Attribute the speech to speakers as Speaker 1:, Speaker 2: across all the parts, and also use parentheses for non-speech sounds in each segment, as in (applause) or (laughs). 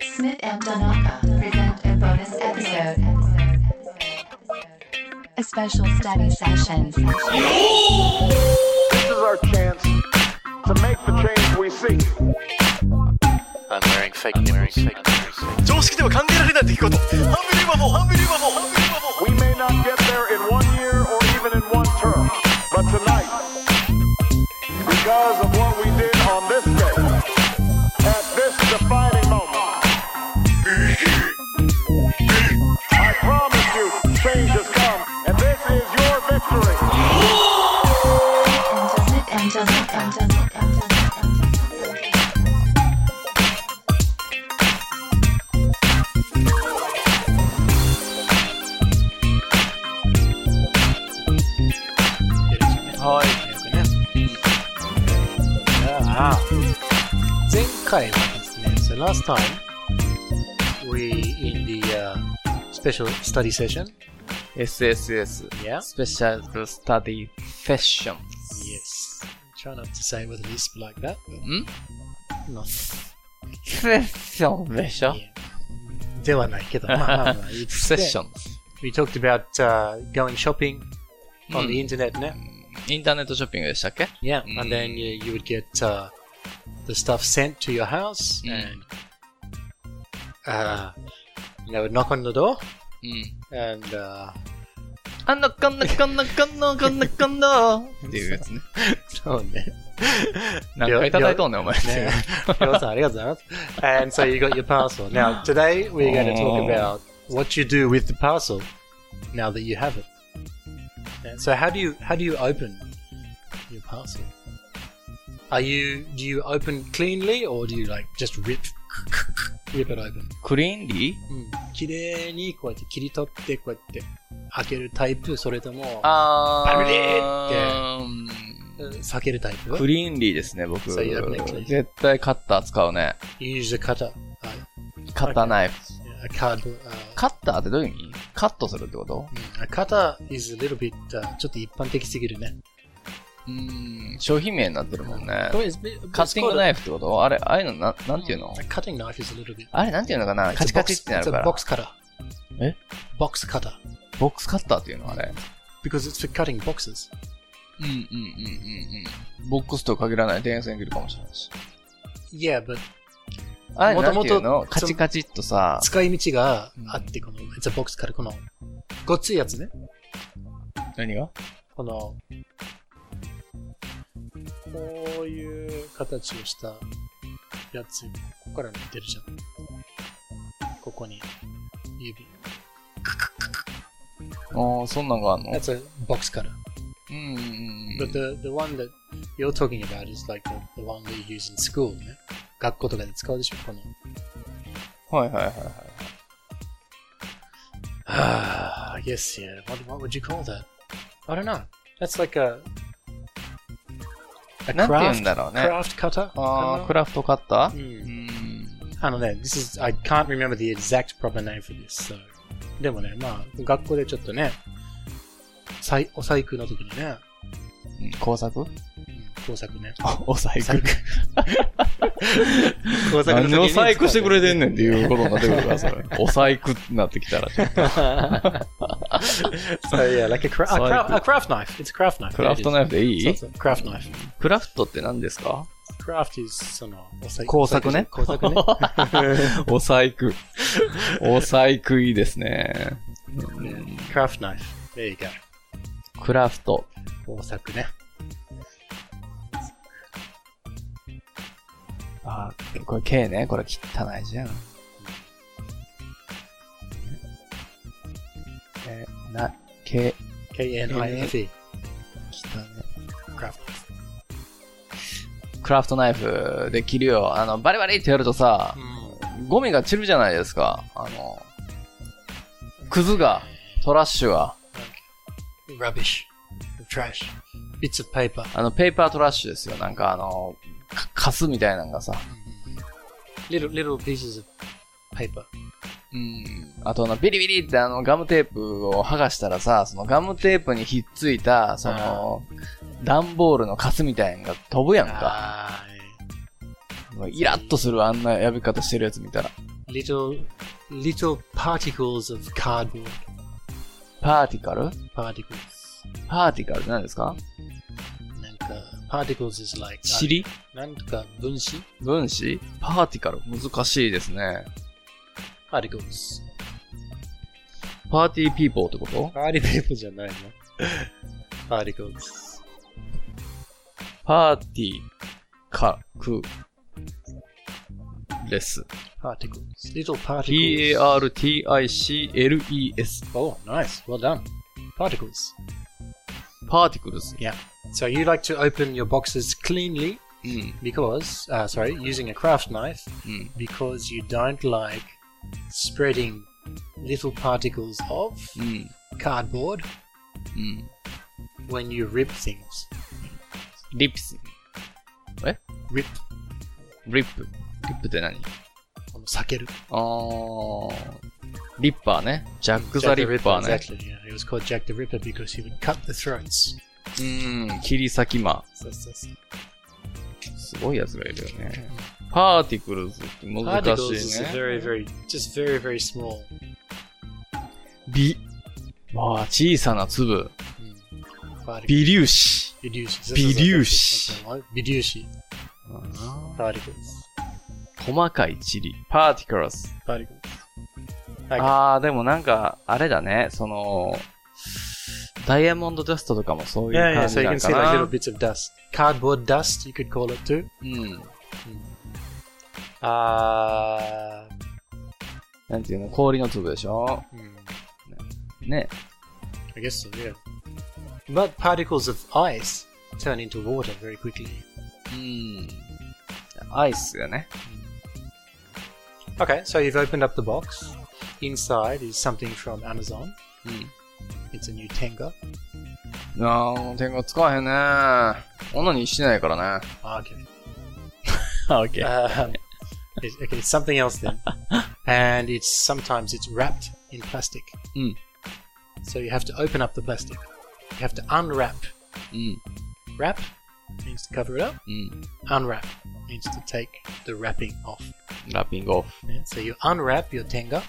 Speaker 1: Smith and Donaka present a bonus episode. A special study session.
Speaker 2: This is our chance to make the change we seek.
Speaker 3: I'm wearing fake nipples. Fake
Speaker 4: 常識では考えられない出来事ハンビリバボーハンビリバボーハンビリバボー
Speaker 2: We may not get there in one year or even in one term, but tonight, because of what we did on this day, at this defining moment, I promise you, change has come, and this is your victory.
Speaker 1: Smith and Donaka.
Speaker 3: nipples. はい。
Speaker 5: じゃあ、前回はですね、the last time we in the、uh, special study session,
Speaker 3: SSS.
Speaker 5: yeah?
Speaker 3: Special study session.
Speaker 5: Yes. Try not to say it with a lisp like that. but-
Speaker 3: ん
Speaker 5: No.
Speaker 3: セッションでしょ
Speaker 5: Yeah. ではないけど、まあまあまあ、言って
Speaker 3: セッション。
Speaker 5: We talked about、uh, going shopping on the internet, ne?
Speaker 3: インターネットショッピングでしたっけ
Speaker 5: Yeah,
Speaker 3: Mm.
Speaker 5: and then you, you would get uh, the stuff sent to your house,
Speaker 3: Mm.
Speaker 5: and uh, and they would knock on the door,
Speaker 3: うん。
Speaker 5: and uh, (laughs)
Speaker 3: あの、こんな、こんな、こんな、こんな、こんな。っていうやつね。
Speaker 5: so on there.
Speaker 3: 何回叩いとんねん、お前。
Speaker 5: Yeah. (laughs) Sorry, I got that. and so you got your parcel. Now today we're going to talk
Speaker 3: Oh.
Speaker 5: about what you do with the parcel now that you have it. And so how do you how do you open your parcel? Are you do you open cleanly or do you like just rip (laughs) rip it open?
Speaker 3: クリーンリー
Speaker 5: うん綺麗にこうやって切り取って、こうやって開けるタイプ、それとも、
Speaker 3: あー。
Speaker 5: パルリうん避けるタイプ
Speaker 3: クリーンリーですね、僕。
Speaker 5: So you have necklace.
Speaker 3: 絶対カッター使うね。
Speaker 5: ?You use a cutter,
Speaker 3: カッターナイフ。
Speaker 5: uh, a card, uh,
Speaker 3: カッターってどういう意味カットするってこと
Speaker 5: うん a cutter is a little bit, uh, ちょっと一般的すぎるね。
Speaker 3: うーん、商品名になってるもんね。カ
Speaker 5: カ
Speaker 3: ッティングナ
Speaker 5: イ
Speaker 3: イフってことあれ、ああいうのな、なんていうの
Speaker 5: A cutting knife is a little bit.
Speaker 3: あれ、なんていうのかなカチカチってなるから。
Speaker 5: ボックスカター。
Speaker 3: え
Speaker 5: ボックスカター。
Speaker 3: ボックスカッターっていうのあれ。
Speaker 5: because it's for cutting boxes.
Speaker 3: うんうんうんうんうん。ボックスとは限らない電線切るかもしれないし。
Speaker 5: Yeah, but
Speaker 3: あれ、なんていう
Speaker 5: もとも
Speaker 3: の
Speaker 5: と
Speaker 3: カチカチっとさ、
Speaker 5: 使い道があって、この、it's a box cutter この、ごっついやつね。
Speaker 3: 何が
Speaker 5: この、こういう形をしたやつ、ここから出るじゃん。ここに、指。
Speaker 3: ああ、そんなんがあんの
Speaker 5: That's a box cutter.
Speaker 3: うんうんうんう
Speaker 5: But
Speaker 3: ん。
Speaker 5: the, the one that you're talking about is like the, the one that you use in school ね。学校とかで使うでしょ、この。
Speaker 3: はいはいはいはい。
Speaker 5: Ah, yes, yeah. What, what would you call that? I don't know. That's like a, a
Speaker 3: なんて言うん
Speaker 5: craft,
Speaker 3: だろうね。
Speaker 5: craft cutter?
Speaker 3: ああ、ク
Speaker 5: かな
Speaker 3: ラフトカッター
Speaker 5: うん
Speaker 3: うーん。
Speaker 5: あのね、this is, I can't remember the exact proper name for this, so. でもね、まあ、学校でちょっとね、さいお細工の時にね、
Speaker 3: うん工作
Speaker 5: うん工作ね。
Speaker 3: お細
Speaker 5: 細工。工作
Speaker 3: 何を細工してくれてんねんって
Speaker 5: う。
Speaker 3: いうことになってくるから、それ。お細工になってきたら、
Speaker 5: so (laughs) yeah, like a, cra- a, cra- a craft knife. It's a craft knife.
Speaker 3: クラフトナイフでい
Speaker 5: そう
Speaker 3: い
Speaker 5: そう craft knife.
Speaker 3: クラフトって何ですか
Speaker 5: craft is その、お細
Speaker 3: 工作ね
Speaker 5: 工作ね。
Speaker 3: お細工。お細工いいですね。うん
Speaker 5: クラフトナイフ。There you go.
Speaker 3: クラフト。
Speaker 5: 工作ね。
Speaker 3: あーこれ K ね。これ汚いじゃん。え、な、K、
Speaker 5: K-N-I-F-E。
Speaker 3: 汚ね。
Speaker 5: クラフト。
Speaker 3: クラフトナイフで切るよ。あの、バリバリってやるとさ、ゴミが散るじゃないですか。あの、クズが、トラッシュが、
Speaker 5: rubbish. trash. bits of paper.
Speaker 3: あの、ペーパートラッシュですよ。なんかあの、かカスみたいなのがさ。
Speaker 5: little, little pieces of paper.
Speaker 3: うん。あとあの、ビリビリってあの、ガムテープを剥がしたらさ、そのガムテープにひっついた、その、段ボールのカスみたいなのが飛ぶやんか。
Speaker 5: あー
Speaker 3: イラッとするあんなやび方してるやつ見たら。
Speaker 5: Little, little particles of cardboard.
Speaker 3: パーティカル
Speaker 5: Particles.
Speaker 3: パーティカルって何ですか
Speaker 5: なんか particles is like. uh,
Speaker 3: 尻
Speaker 5: なんか分子
Speaker 3: 分子パーティカル難しいですね。
Speaker 5: particles.
Speaker 3: パーティーピーポーってこと
Speaker 5: パーティーペープ (laughs) じゃないの particles.
Speaker 3: パーティーカクレス。
Speaker 5: particles. Little particles.
Speaker 3: P-A-R-T-I-C-L-E-S。
Speaker 5: Oh, nice. Well done. Particles.
Speaker 3: パーティクルス。
Speaker 5: Yeah. So you like to open your boxes cleanly
Speaker 3: うん。
Speaker 5: because, uh, sorry, using a craft knife
Speaker 3: うん。
Speaker 5: because you don't like spreading little particles of
Speaker 3: うん。
Speaker 5: cardboard
Speaker 3: うん。
Speaker 5: when you rip things.
Speaker 3: リップス。
Speaker 5: Rip.
Speaker 3: リップ。リップって何
Speaker 5: 避ける。
Speaker 3: あー。リッパーね。ジャック・ザ・リッパーね。
Speaker 5: Exactly. Yeah. It was called Jack the Ripper because he would cut the throats.
Speaker 3: うん。切り裂き魔。
Speaker 5: So, so, so.
Speaker 3: すごいやつがいるよね。パーティクルズって難
Speaker 5: Particles
Speaker 3: し
Speaker 5: is
Speaker 3: い
Speaker 5: a
Speaker 3: ね。
Speaker 5: very, very, just very, very small.
Speaker 3: ビ。わあ、小さな粒。
Speaker 5: hmm, Particles.
Speaker 3: 微粒子。
Speaker 5: Reduces.
Speaker 3: 微粒子。
Speaker 5: Reduces. Particles.
Speaker 3: 細かい塵。パーティクルス。
Speaker 5: Particles.
Speaker 3: ああ、でもなんか、あれだね、その、ダイヤモンドダストとかもそういう
Speaker 5: Yeah, yeah.
Speaker 3: 感
Speaker 5: So
Speaker 3: じ
Speaker 5: you
Speaker 3: な
Speaker 5: can
Speaker 3: んか
Speaker 5: see like
Speaker 3: な。
Speaker 5: little bits of dust, cardboard dust. You could call it too.
Speaker 3: うん。
Speaker 5: Uh,
Speaker 3: なんていうの、氷の粒でしょ
Speaker 5: hmm,
Speaker 3: ね。
Speaker 5: I guess so. Yeah. But particles of ice turn into water very quickly.
Speaker 3: うん。アイスだね。
Speaker 5: Okay, so you've opened up the box. Inside is something from Amazon. It's a new Tenga.
Speaker 3: うん。ああ、天狗使わへんね。女にしてないからね。
Speaker 5: Ah, okay.
Speaker 3: オッケ。
Speaker 5: Um, it's, okay, it's something else then, and it's sometimes it's wrapped in plastic.
Speaker 3: Mm.
Speaker 5: So you have to open up the plastic. You have to unwrap.
Speaker 3: うん。
Speaker 5: Wrap means to cover it up.
Speaker 3: うん。
Speaker 5: Unwrap means to take the wrapping off.
Speaker 3: ラッピングオフ。
Speaker 5: Yeah, So you unwrap your tenga.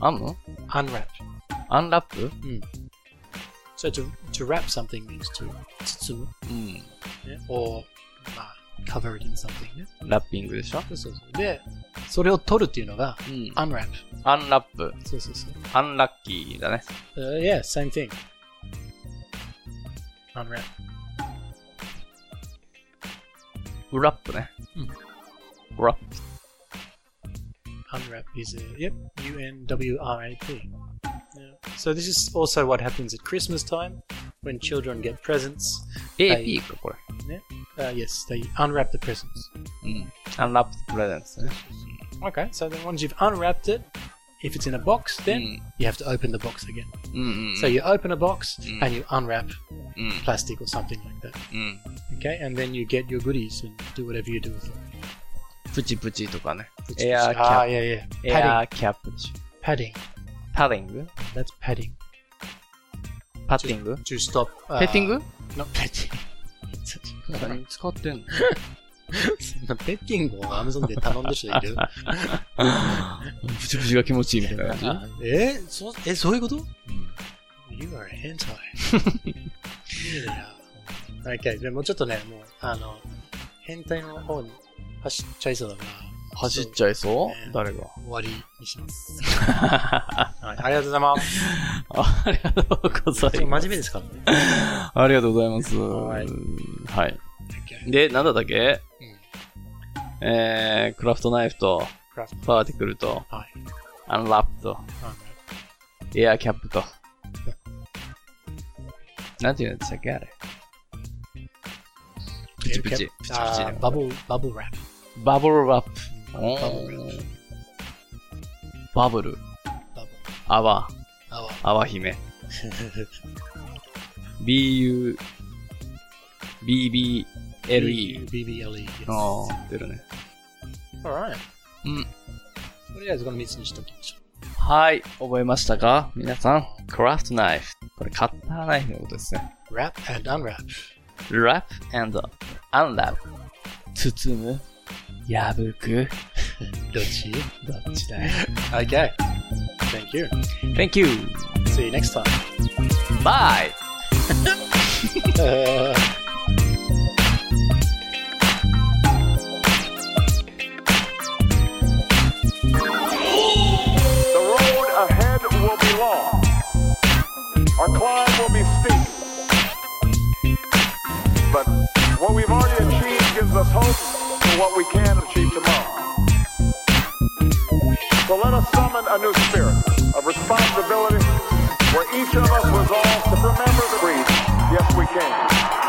Speaker 3: あんの
Speaker 5: Unwrap.
Speaker 3: アンラップ
Speaker 5: So to to wrap something means to tsutsumu
Speaker 3: うん。
Speaker 5: yeah, or uh, cover it in something. yeah.
Speaker 3: ラッピングでしょ
Speaker 5: そうそうそうで、それを取るっていうのが
Speaker 3: うん。
Speaker 5: unwrap。
Speaker 3: アンラップ。
Speaker 5: そうそうそう。
Speaker 3: アンラッキーだね。
Speaker 5: Uh, yeah, same thing. Unwrap.
Speaker 3: ウラップね。
Speaker 5: うん
Speaker 3: ウラップ。
Speaker 5: Unwrap is a yep. U N W R A P. Yeah. So this is also what happens at Christmas time when children get presents.
Speaker 3: AP か、これ。
Speaker 5: Uh, yes, they unwrap the presents.
Speaker 3: うん。アンラッププレゼンツね。
Speaker 5: Okay. So then once you've unwrapped it, if it's in a box, then you have to open the box again.
Speaker 3: うんうんうん。
Speaker 5: So you open a box
Speaker 3: Mm.
Speaker 5: and you unwrap
Speaker 3: うん。
Speaker 5: plastic or something like that.
Speaker 3: うん。
Speaker 5: Okay, and then you get your goodies and do whatever you do with them.
Speaker 3: プチプチとかね。
Speaker 5: Which is-
Speaker 3: エアーキ
Speaker 5: ah,
Speaker 3: ャッ
Speaker 5: yeah, yeah.
Speaker 3: プ。エ
Speaker 5: Padding.
Speaker 3: アーキャップでしょ。
Speaker 5: Padding.
Speaker 3: パディング
Speaker 5: That's padding.
Speaker 3: パッティング
Speaker 5: To stop. Uh,
Speaker 3: ペッティング
Speaker 5: Not petting. (laughs)
Speaker 3: 何使ってんの
Speaker 5: petting を Amazon で頼んだ人いる
Speaker 3: プチプチが気持ちいいみたいな感じ
Speaker 5: えそえ、そういうこと ?You are a
Speaker 3: (laughs)
Speaker 5: hentai. いいね okay, でもちょっとね、もう、あの、変態の方に走っちゃいそうだから。
Speaker 3: 走っちゃいそ
Speaker 5: ね
Speaker 3: う誰が
Speaker 5: 終わりに
Speaker 3: (laughs)
Speaker 5: します。はい、ありがとうございます。
Speaker 3: あありがとうござ
Speaker 5: ちょっと
Speaker 3: いま
Speaker 5: 真
Speaker 3: す。
Speaker 5: 面目ですからね。
Speaker 3: ありがとうございます。
Speaker 5: はい
Speaker 3: はい。
Speaker 5: Okay.
Speaker 3: で、なんだったっけ
Speaker 5: うん
Speaker 3: えー、クラフトナイフと、
Speaker 5: クラフト
Speaker 3: パーティクルと、
Speaker 5: はい。
Speaker 3: アンラップと、
Speaker 5: あの
Speaker 3: エアーキャップと。なんていうんでしたっけあれ。プチプチ。プチプチ
Speaker 5: あー。バブル、バブルラップ。
Speaker 3: バブルラップ。お
Speaker 5: バブルラップ
Speaker 3: ー。バブル、
Speaker 5: バブル。
Speaker 3: アワ、
Speaker 5: あわ。
Speaker 3: アワ姫。BU、BBLE。
Speaker 5: BBLE。
Speaker 3: ああ、出るね。
Speaker 5: Alright.
Speaker 3: うん。
Speaker 5: とりあえずこの3つにしておきましょ
Speaker 3: はい、覚えましたか皆さん、クラフトナイフ。これ、カッターナイフのことですね。
Speaker 5: う。Wrap and unwrap.
Speaker 3: wrap and unwrap 包む破く
Speaker 5: どっち
Speaker 3: どっちだ
Speaker 5: Okay. Thank you.
Speaker 3: Thank you!
Speaker 5: See you next time.
Speaker 3: Bye!
Speaker 2: The road ahead will be long. Our climb will be steep. But what we've already achieved gives us hope for what we can achieve tomorrow. So let us summon a new spirit of responsibility where each of us resolves to remember the creed, yes we can.